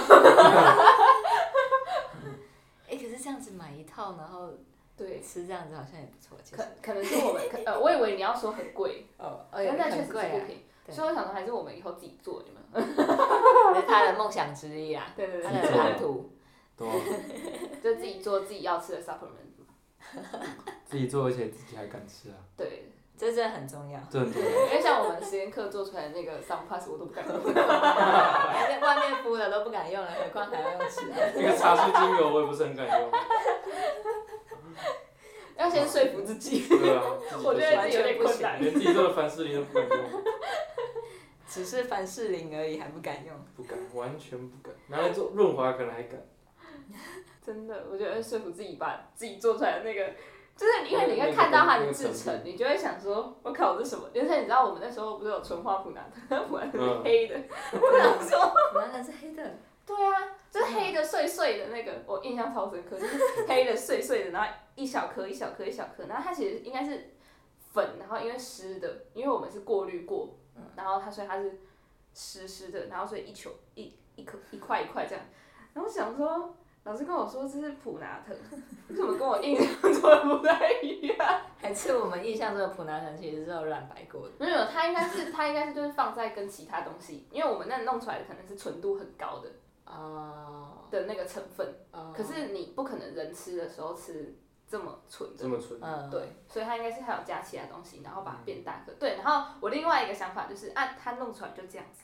Speaker 3: 哎、可是这样子买一套，然后
Speaker 2: 对，
Speaker 3: 吃这样子好像也不错，其实
Speaker 2: 可。可能是我们可呃，我以为你要说很贵，
Speaker 3: 哦，哦，
Speaker 2: 但那确实
Speaker 3: 很
Speaker 2: 是
Speaker 3: 贵啊
Speaker 2: 不。便宜，
Speaker 3: 对
Speaker 2: 所以我想说还是我们以后自己做，你们。
Speaker 3: 这是他的梦想之一啊，
Speaker 2: 对对
Speaker 3: 他
Speaker 2: 对
Speaker 3: 的
Speaker 1: 自己做
Speaker 3: 蓝图。
Speaker 1: 对啊，
Speaker 2: 对，就自己做自己要吃 的 supplement。
Speaker 1: 自己做而且自己还敢吃啊，
Speaker 2: 对，
Speaker 3: 这真的很重要，
Speaker 1: 这很重要，
Speaker 2: 因为像我们实验课做出来的那个 sun pass 我都不敢 用，
Speaker 3: 外面外面敷的都不敢用了，何况还要用啊吃 的。
Speaker 1: 那个茶树精油我也不是很敢用，
Speaker 2: 要先说服自己。
Speaker 1: 对啊，自己
Speaker 2: 我觉
Speaker 1: 就是
Speaker 2: 得自己有点困难。
Speaker 1: 连自己做的凡士林都不敢用。
Speaker 3: 只是凡士林而已，还不敢用。
Speaker 1: 不敢，完全不敢。拿来做润滑可能还敢，
Speaker 2: 真的，我觉得说服自己把自己做出来的那个，就是因为你会看到它的制成，你就会想说，我靠，这是什么？就是你知道我们那时候不是有纯花普拿的， 普拿是黑的，我想说。
Speaker 3: 原来是黑的，
Speaker 2: 对啊，就是黑的碎碎的那个，我印象超深刻，就是黑的碎碎的，然后一小颗一小颗一小颗，然后它其实应该是粉，然后因为湿的，因为我们是过滤过，然后它所以它是湿湿的，然后所以一球一一颗一块一块这样，然后我想说。老师跟我说这是普拿特， 为什么跟我印象中的不太一样？
Speaker 3: 还是我们印象中的普拿藤其实是有染白过的。
Speaker 2: 没有，它应该是它应该是就是放在跟其他东西，因为我们那弄出来的可能是纯度很高的
Speaker 3: 哦，
Speaker 2: 的那个成分，
Speaker 3: 哦
Speaker 2: 可是你不可能人吃的时候吃这么纯的
Speaker 1: 这，么蠢。
Speaker 3: 嗯，
Speaker 2: 对，所以它应该是还有加其他东西，然后把它变大颗。对，然后我另外一个想法就是，啊，它弄出来就这样子。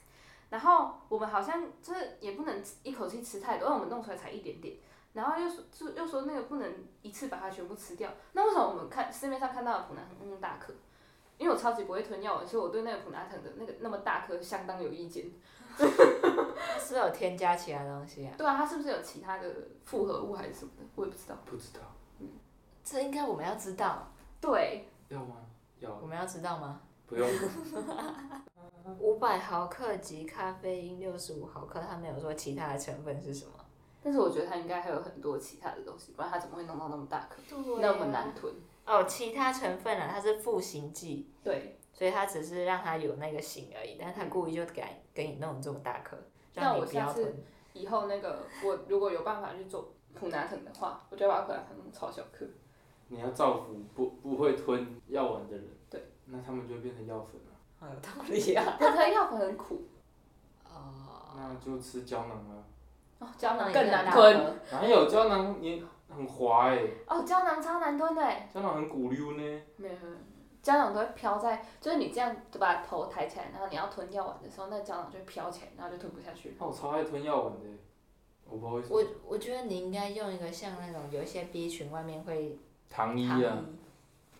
Speaker 2: 然后我们好像就是也不能一口气吃太多，因为我们弄出来才一点点，然后又说就又说那个不能一次把它全部吃掉。那为什么我们看市面上看到的普拿疼那么大颗？因为我超级不会吞药，所以我对那个普拿疼的那个那么大颗相当有意见。
Speaker 3: 是不是有添加其他东西啊？
Speaker 2: 对啊，它是不是有其他的复合物还啊是什么的？我也不知道。
Speaker 1: 不知道
Speaker 3: 这应该我们要知道，
Speaker 2: 对，啊
Speaker 1: 要吗？要
Speaker 3: 我们要知道吗？
Speaker 1: 不用？
Speaker 3: 五百毫克及咖啡因六十五毫克，他没有说其他的成分是什么。
Speaker 2: 但是我觉得它应该还有很多其他的东西，不然它怎么会弄到那么大颗，
Speaker 3: 对
Speaker 2: 那么难吞？
Speaker 3: 哦，其他成分啊，它是赋形剂，
Speaker 2: 对，
Speaker 3: 所以它只是让它有那个形而已，但是它故意就给给你弄这么大颗，
Speaker 2: 那
Speaker 3: 让你
Speaker 2: 我
Speaker 3: 不
Speaker 2: 下
Speaker 3: 要
Speaker 2: 次
Speaker 3: 吞。
Speaker 2: 以后那个我如果有办法去做普拿疼的话，我就把普拿疼弄超小颗。
Speaker 1: 你要造福不不会吞药丸的人，
Speaker 2: 对，
Speaker 1: 那他们就会变成药粉了，
Speaker 3: 好有道理 啊。
Speaker 2: 但它药粉很苦，
Speaker 3: 哦，
Speaker 1: 那就吃胶囊啊，
Speaker 2: 哦，胶囊更
Speaker 3: 那
Speaker 2: 难
Speaker 3: 也
Speaker 2: 吞。
Speaker 3: 更难
Speaker 1: 哪有胶囊你很滑哎、
Speaker 2: 哦，胶囊超难吞的欸。
Speaker 1: 胶囊很骨溜呢，
Speaker 2: 没有没有，没有胶囊都会飘在，就是你这样把头抬起来，然后你要吞药丸的时候，那胶囊就会飘起来，然后就吞不下去。
Speaker 1: 那我超爱吞药丸的欸、我不知道为什
Speaker 3: 我
Speaker 1: 么，
Speaker 3: 我觉得你应该用一个像那种有一些 B 群外面会
Speaker 1: 糖衣
Speaker 3: 糖衣
Speaker 1: 啊，，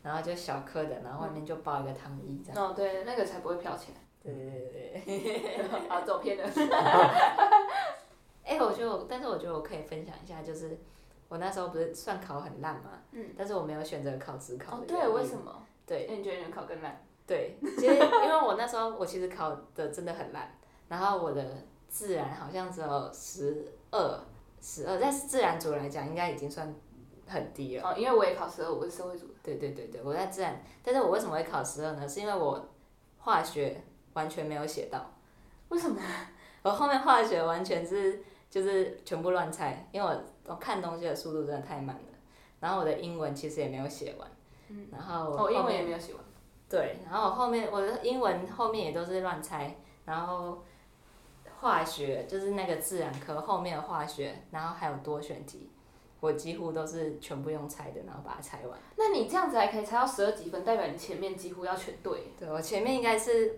Speaker 3: 然后就小颗的，然后外面就包一个糖衣这样。
Speaker 2: 哦，对，那个才不会飘起
Speaker 3: 对对对对对。
Speaker 2: 来。啊，走偏了。
Speaker 3: 哎、我就，但是我觉得我可以分享一下，就是我那时候不是算考很烂嘛，
Speaker 2: 嗯。
Speaker 3: 但是我没有选择考职考
Speaker 2: 哦
Speaker 3: 的，原
Speaker 2: 对，
Speaker 3: 因
Speaker 2: 为什么？
Speaker 3: 对，
Speaker 2: 那你觉得你们考更烂？
Speaker 3: 对，其实因为我那时候我其实考的真的很烂，然后我的自然好像只有十二，十二，在自然组来讲应该已经算很低了。
Speaker 2: 哦，因为我也考十二，我是社会组的。
Speaker 3: 对对对对，我在自然，但是我为什么会考十二呢？是因为我化学完全没有写到，
Speaker 2: 为什么？
Speaker 3: 我后面化学完全是就是全部乱猜，因为我我看东西的速度真的太慢了。然后我的英文其实也没有写完，
Speaker 2: 嗯
Speaker 3: 然后
Speaker 2: 哦，英
Speaker 3: 后
Speaker 2: 文
Speaker 3: 面
Speaker 2: 也没有喜欢。
Speaker 3: 对，然后后面我的英文后面也都是乱猜，然后化学就是那个自然科后面的化学，然后还有多选题，我几乎都是全部用猜的，然后把它猜完。
Speaker 2: 那你这样子还可以猜到十二几分，代表你前面几乎要全对。
Speaker 3: 对我前面应该是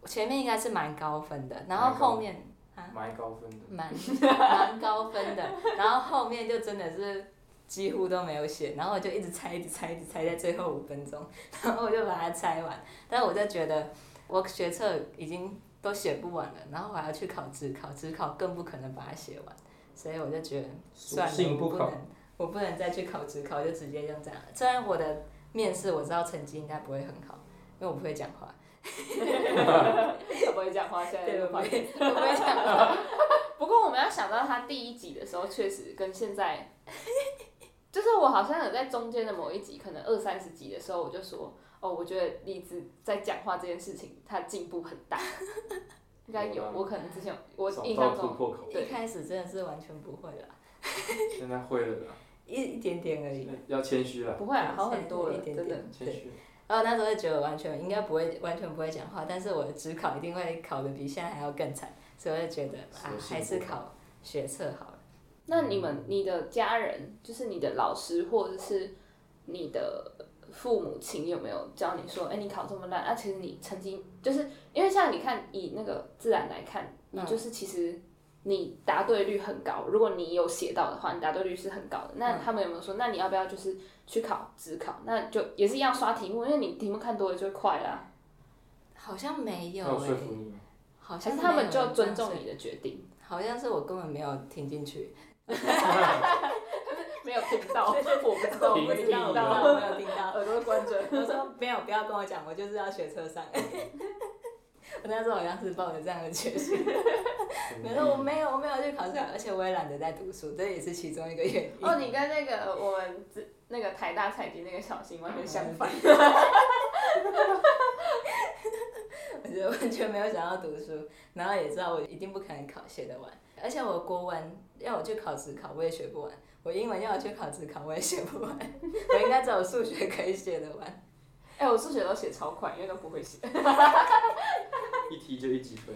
Speaker 3: 我前面应该是蛮高分的，然
Speaker 1: 蛮
Speaker 3: 后
Speaker 1: 高
Speaker 3: 后面
Speaker 2: 啊
Speaker 1: 蛮高分的，
Speaker 3: 蛮 蛮高分的，然后后面就真的是几乎都没有写，然后我就一直猜，一直猜，一直猜，在最后五分钟，然后我就把它猜完。但我就觉得我学测已经都写不完了，然后我还要去考职考，职考更不可能把它写完，所以我就觉得算了，
Speaker 1: 信
Speaker 3: 我
Speaker 1: 不
Speaker 3: 不
Speaker 1: 考
Speaker 3: 能，我不能再去考职考，就直接用这样。虽然我的面试我知道成绩应该不会很好，因为我不会讲话，
Speaker 2: 我不会讲话，现
Speaker 3: 对，我
Speaker 2: 就
Speaker 3: 不
Speaker 2: 跑
Speaker 3: 会，
Speaker 2: 偏
Speaker 3: 我不会讲话。
Speaker 2: 不过我们要想到他第一集的时候，确实跟现在， 就是我好像有在中间的某一集，可能二三十集的时候，我就说，哦，我觉得栗子在讲话这件事情，他进步很 大，应该有
Speaker 1: 有，吧
Speaker 2: 我可能之前有我
Speaker 1: 找
Speaker 2: 印
Speaker 1: 到
Speaker 2: 象
Speaker 1: 突
Speaker 2: 中，
Speaker 1: 破口，
Speaker 3: 一开始真的是完全不会啦。
Speaker 1: 现在会了啦，
Speaker 3: 一一点点而已。
Speaker 1: 要谦虚了，
Speaker 2: 不会啊，好很多了，
Speaker 3: 一点
Speaker 2: 真的
Speaker 3: 点。
Speaker 1: 谦虚，
Speaker 3: 然呃后那时候就觉得完全应该不会，完全不会讲话，但是我的职考一定会考的比现在还要更惨，所以我就觉得啊
Speaker 1: 索，性
Speaker 3: 还是
Speaker 1: 不
Speaker 3: 考学测好了。
Speaker 2: 那你们、你的家人，就是你的老师或者是你的父母亲，有没有教你说，哎、你考这么烂啊？其实你成绩就是因为像你看以那个自然来看，你
Speaker 3: 嗯
Speaker 2: 就是其实你答对率很高，如果你有写到的话，你答对率是很高的。那
Speaker 3: 嗯
Speaker 2: 他们有没有说，那你要不要就是去考职考？那就也是一样刷题目，因为你题目看多了就会快啊啦。
Speaker 3: 好像没
Speaker 1: 那
Speaker 3: 有
Speaker 1: 有
Speaker 3: 诶、
Speaker 1: 说服你吗？
Speaker 3: 好
Speaker 2: 还
Speaker 3: 像
Speaker 2: 是他
Speaker 3: 哦没
Speaker 2: 们
Speaker 3: 有
Speaker 2: 就
Speaker 3: 人
Speaker 2: 尊
Speaker 3: 这样
Speaker 2: 重
Speaker 3: 说
Speaker 2: 你的决定，
Speaker 3: 好像是我根本没有听进 去，
Speaker 2: 没有听到， 我不知道，
Speaker 1: 我
Speaker 2: 我
Speaker 1: 不
Speaker 2: 不
Speaker 1: 知
Speaker 2: 知
Speaker 1: 道
Speaker 2: 道，
Speaker 1: 我不
Speaker 3: 没有听到。
Speaker 2: 耳朵关着。
Speaker 3: 我说没有，不要跟我讲，我就是要学车上。我 那时候好像是抱着这样的决心，
Speaker 1: 嗯
Speaker 3: 可是我没有，我没有去考试，而且我也懒得在读书，这也是其中一个原因。
Speaker 2: 哦，你跟那个我们之那个台大财经那个小新完全相 反。
Speaker 3: 我就完全没有想要读书，然后也知道我一定不可能考写得完，而且我国文要我去考职考我也学不完，我英文要我去考职考我也学不 完，我应该只有数学可以写得完。
Speaker 2: 哎、我数学都写超快，因为都不会写，
Speaker 1: 一题就一几分，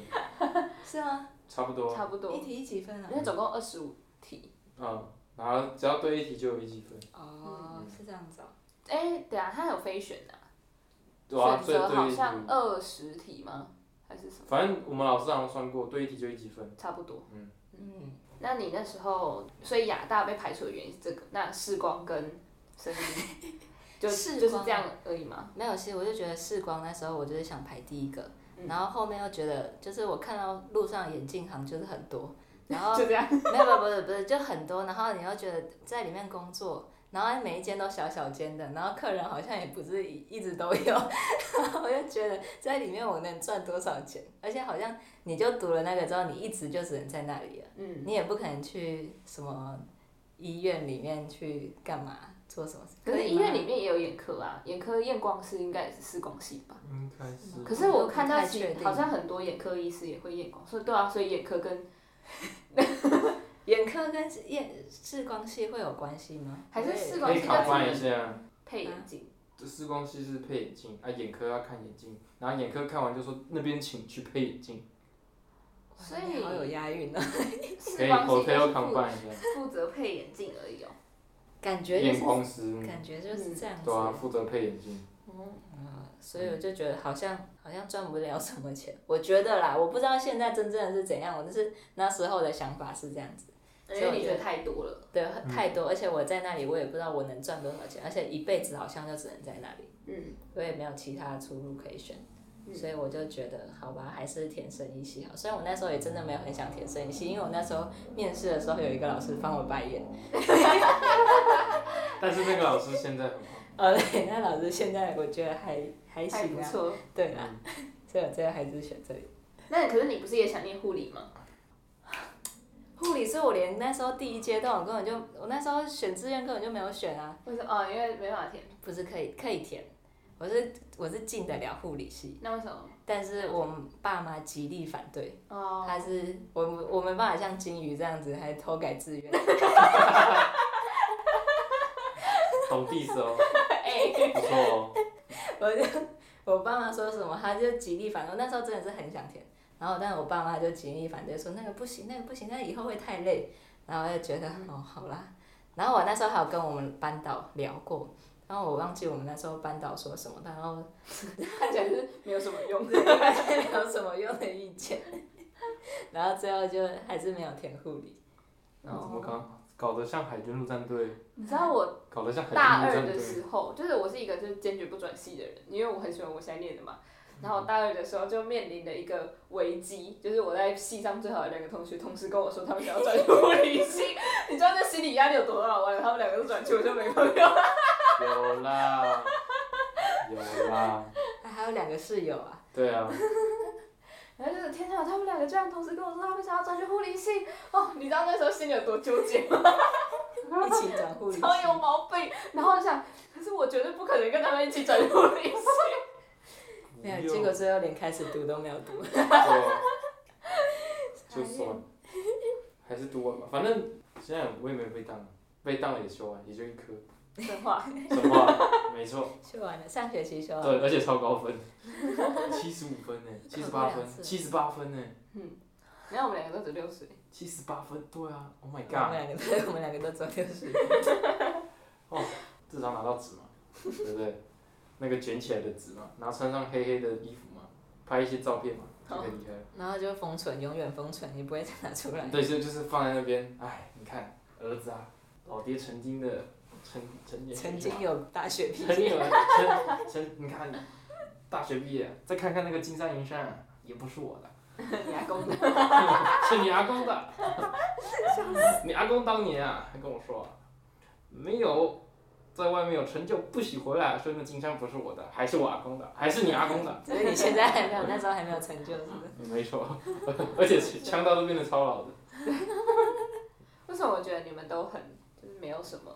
Speaker 3: 是吗？
Speaker 1: 差不多，
Speaker 2: 差不多
Speaker 3: 一。题一几分啊
Speaker 2: 因？为总共二十五题。
Speaker 1: 嗯，然后只要对一题就有一几分，
Speaker 3: 哦，是这样子哦。
Speaker 2: 哎、对啊，他有非选啊，
Speaker 1: 对啊，
Speaker 2: 选
Speaker 1: 对
Speaker 2: 择好
Speaker 1: 对一题，
Speaker 2: 像二十题吗？还是什么？
Speaker 1: 反正我们老师好像算过，对一题就一几分，
Speaker 2: 差不多。
Speaker 3: 嗯，
Speaker 2: 那你那时候，所以亚大被排除的原因是这个，那视光跟声音就
Speaker 3: 视
Speaker 2: 就是
Speaker 3: 光
Speaker 2: 这样而已嘛。
Speaker 3: 没有，其实我就觉得视光那时候我就是想排第一个，
Speaker 2: 嗯
Speaker 3: 然后后面又觉得就是我看到路上眼镜行就是很多，然后
Speaker 2: 就这样，
Speaker 3: 没有，没有，不是，不是，就很多。然后你又觉得在里面工作，然后每一间都小小间的，然后客人好像也不是一一直都有， 然后我就觉得在里面我能赚多少钱？而且好像你就读了那个之后，你一直就只能在那里了，
Speaker 2: 嗯，
Speaker 3: 你也不可能去什么医院里面去干嘛做什么事。
Speaker 2: 可是医
Speaker 3: 吗
Speaker 2: 院里面也有眼科啊，眼科验光师应该也是视光系吧？
Speaker 1: 应该是
Speaker 2: 可是我看到其
Speaker 3: 我不太确定
Speaker 2: 好像很多眼科医师也会验光，所以对啊，所以眼科跟
Speaker 3: 眼科跟视眼视光系会有关系吗？
Speaker 2: 还是
Speaker 3: 我也
Speaker 2: 视光
Speaker 1: 可
Speaker 2: 系
Speaker 1: 以考观一下。
Speaker 2: 配
Speaker 3: 啊
Speaker 2: 眼镜，
Speaker 1: 这视光系是配眼镜啊，眼科要看眼镜，然后眼科看完就说那边请去配眼镜，
Speaker 3: 哇
Speaker 2: 所
Speaker 3: 你好有
Speaker 2: 以
Speaker 3: 押韵啊！
Speaker 1: 哎可
Speaker 2: 视
Speaker 1: 以
Speaker 2: 光系就
Speaker 1: hotel
Speaker 2: 是
Speaker 1: combine 一下，
Speaker 2: 负负责配眼镜而已哦。
Speaker 3: 感觉就
Speaker 1: 验
Speaker 3: 是
Speaker 1: 光师，
Speaker 3: 感觉就是这样子
Speaker 1: 对。啊，负责配眼镜。
Speaker 3: 啊所以我就觉得好像好像赚不了什么钱，我觉得啦，我不知道现在真正的是怎样，我就是那时候的想法是这样子，
Speaker 2: 因为你觉得太多了，
Speaker 3: 对，太多，而且我在那里我也不知道我能赚多少钱，而且一辈子好像就只能在那里，
Speaker 2: 嗯，
Speaker 3: 我也没有其他的出路可以选，
Speaker 2: 嗯
Speaker 3: 所以我就觉得好吧，还是填生医系好。虽然我那时候也真的没有很想填生医系，因为我那时候面试的时候有一个老师翻我白眼，
Speaker 1: 但是那个老师现在很好，
Speaker 3: 哦对，那老师现在我觉得还还
Speaker 2: 还
Speaker 3: 行
Speaker 2: 不
Speaker 3: 啊，
Speaker 2: 错。
Speaker 3: 对啦，所以我最后还是选这里。
Speaker 2: 那可是你不是也想念护理吗？
Speaker 3: 护理是我连那时候第一阶段，我根本就我那时候选志愿根本就没有选啊，
Speaker 2: 为什么？哦，因为没办法填。
Speaker 3: 不是可以可以填，我是我是进得了护理系，
Speaker 2: 那为什么？
Speaker 3: 但是我爸妈极力反对，
Speaker 2: 哦，
Speaker 3: 他是我我没办法像金鱼这样子还偷改志愿，
Speaker 1: 懂 diss 哦，
Speaker 3: 哎
Speaker 1: 不错哦，
Speaker 3: 我就 我爸妈说什么他就极力反对，我那时候真的是很想填，然后但我爸妈就极力反对说那个不行那个不行，那以后会太累，然后我就觉得哦好啦，然后我那时候还有跟我们班导聊过。然后我忘记我们那时候班导说什么，然后
Speaker 2: 看起来是没有什么用。
Speaker 3: 还是没有什么用的意见， 然后最后就还是没有填护理。
Speaker 1: 那怎么搞？搞得像海军陆战队，
Speaker 2: 你知道我
Speaker 1: 搞得像海军陆
Speaker 2: 大二
Speaker 1: 战
Speaker 2: 的
Speaker 1: 队，
Speaker 2: 时候，就是我是一个就是坚决不转系的人，因为我很喜欢我现在念的嘛。
Speaker 1: 嗯
Speaker 2: 然后我大二的时候就面临了一个危机，就是我在系上最好的两个同学同时跟我说他们想要转护理 系，你知道这心理压力有多大吗？他们两个都转去，我就没朋友。
Speaker 1: 有啦，有啦，
Speaker 3: 啊还有两个室友啊，
Speaker 1: 对啊，
Speaker 2: 然后就是天哪，他们两个居然同时跟我说他们想要转去护理系，哦，你知道那时候心里有多纠结吗？
Speaker 3: 一起转护理系。
Speaker 2: 超有毛病。然后我想，可是我绝对不可能跟他们一起转去护理系。
Speaker 3: 没有，结果最后连开始读都没有 读。
Speaker 1: 就就算，还是读完吧，反正现在我也没有被当，被当了也修完，也就一科，
Speaker 2: 真话，
Speaker 1: 什么？没错，
Speaker 3: 修完了，上学期修完了。
Speaker 1: 对，而且超高分，七十五分呢，七十八
Speaker 3: 考过
Speaker 1: 分
Speaker 3: 两，次
Speaker 1: 七十八分呢，
Speaker 2: 然后我们两个都只六岁，
Speaker 1: 七十八分，对啊，Oh my
Speaker 3: 我
Speaker 1: god，
Speaker 3: 们两个， 对，我们两个都走六十。
Speaker 1: 至少拿到纸 嘛，对不对？那个卷起来的纸嘛，然后穿上黑黑的衣服嘛，拍一些照片嘛，就很厉害了。
Speaker 3: 然后就封存，永远封存，你不会再拿出来。
Speaker 1: 对，就就是放在那边，哎，你看儿子啊，老爹曾经的成成年啊
Speaker 3: 曾经有大学毕
Speaker 1: 曾经有
Speaker 3: 业，
Speaker 1: 曾曾，你看大学毕业，啊再看看那个金山银山啊，也不是我的，
Speaker 2: 你阿公的。
Speaker 1: 是你阿公 的。你阿公当年啊，还跟我说啊，没有在外面有成就不许回来，说那金山不是我的，还是我阿公的，还是你阿公的。
Speaker 3: 所以你现在还没有，那时候还没有成就，是不 是？
Speaker 1: 没错，而且枪刀都变得超老的。
Speaker 2: 为什么我觉得你们都很就是没有什么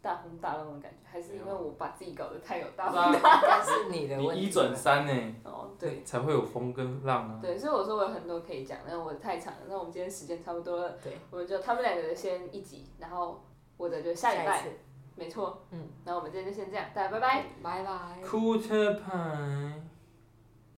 Speaker 2: 大风大浪的感觉？还是因为我把自己搞得太有大风？
Speaker 3: 但是你的问
Speaker 1: 你
Speaker 3: 题。
Speaker 1: 一转三呢，
Speaker 2: 哦，对。
Speaker 1: 才会有风跟浪啊。
Speaker 2: 对，所以我说我有很多可以讲，但我太长了。那我们今天时间差不多了，
Speaker 3: 对，
Speaker 2: 我们就他们两个的先一集，然后我的就下
Speaker 3: 下
Speaker 2: 礼
Speaker 3: 一
Speaker 2: 拜，
Speaker 3: 次，
Speaker 2: 没错，
Speaker 3: 嗯，
Speaker 2: 那我们今天就先这样，大家拜拜。
Speaker 3: 拜拜。
Speaker 1: Quarter pie。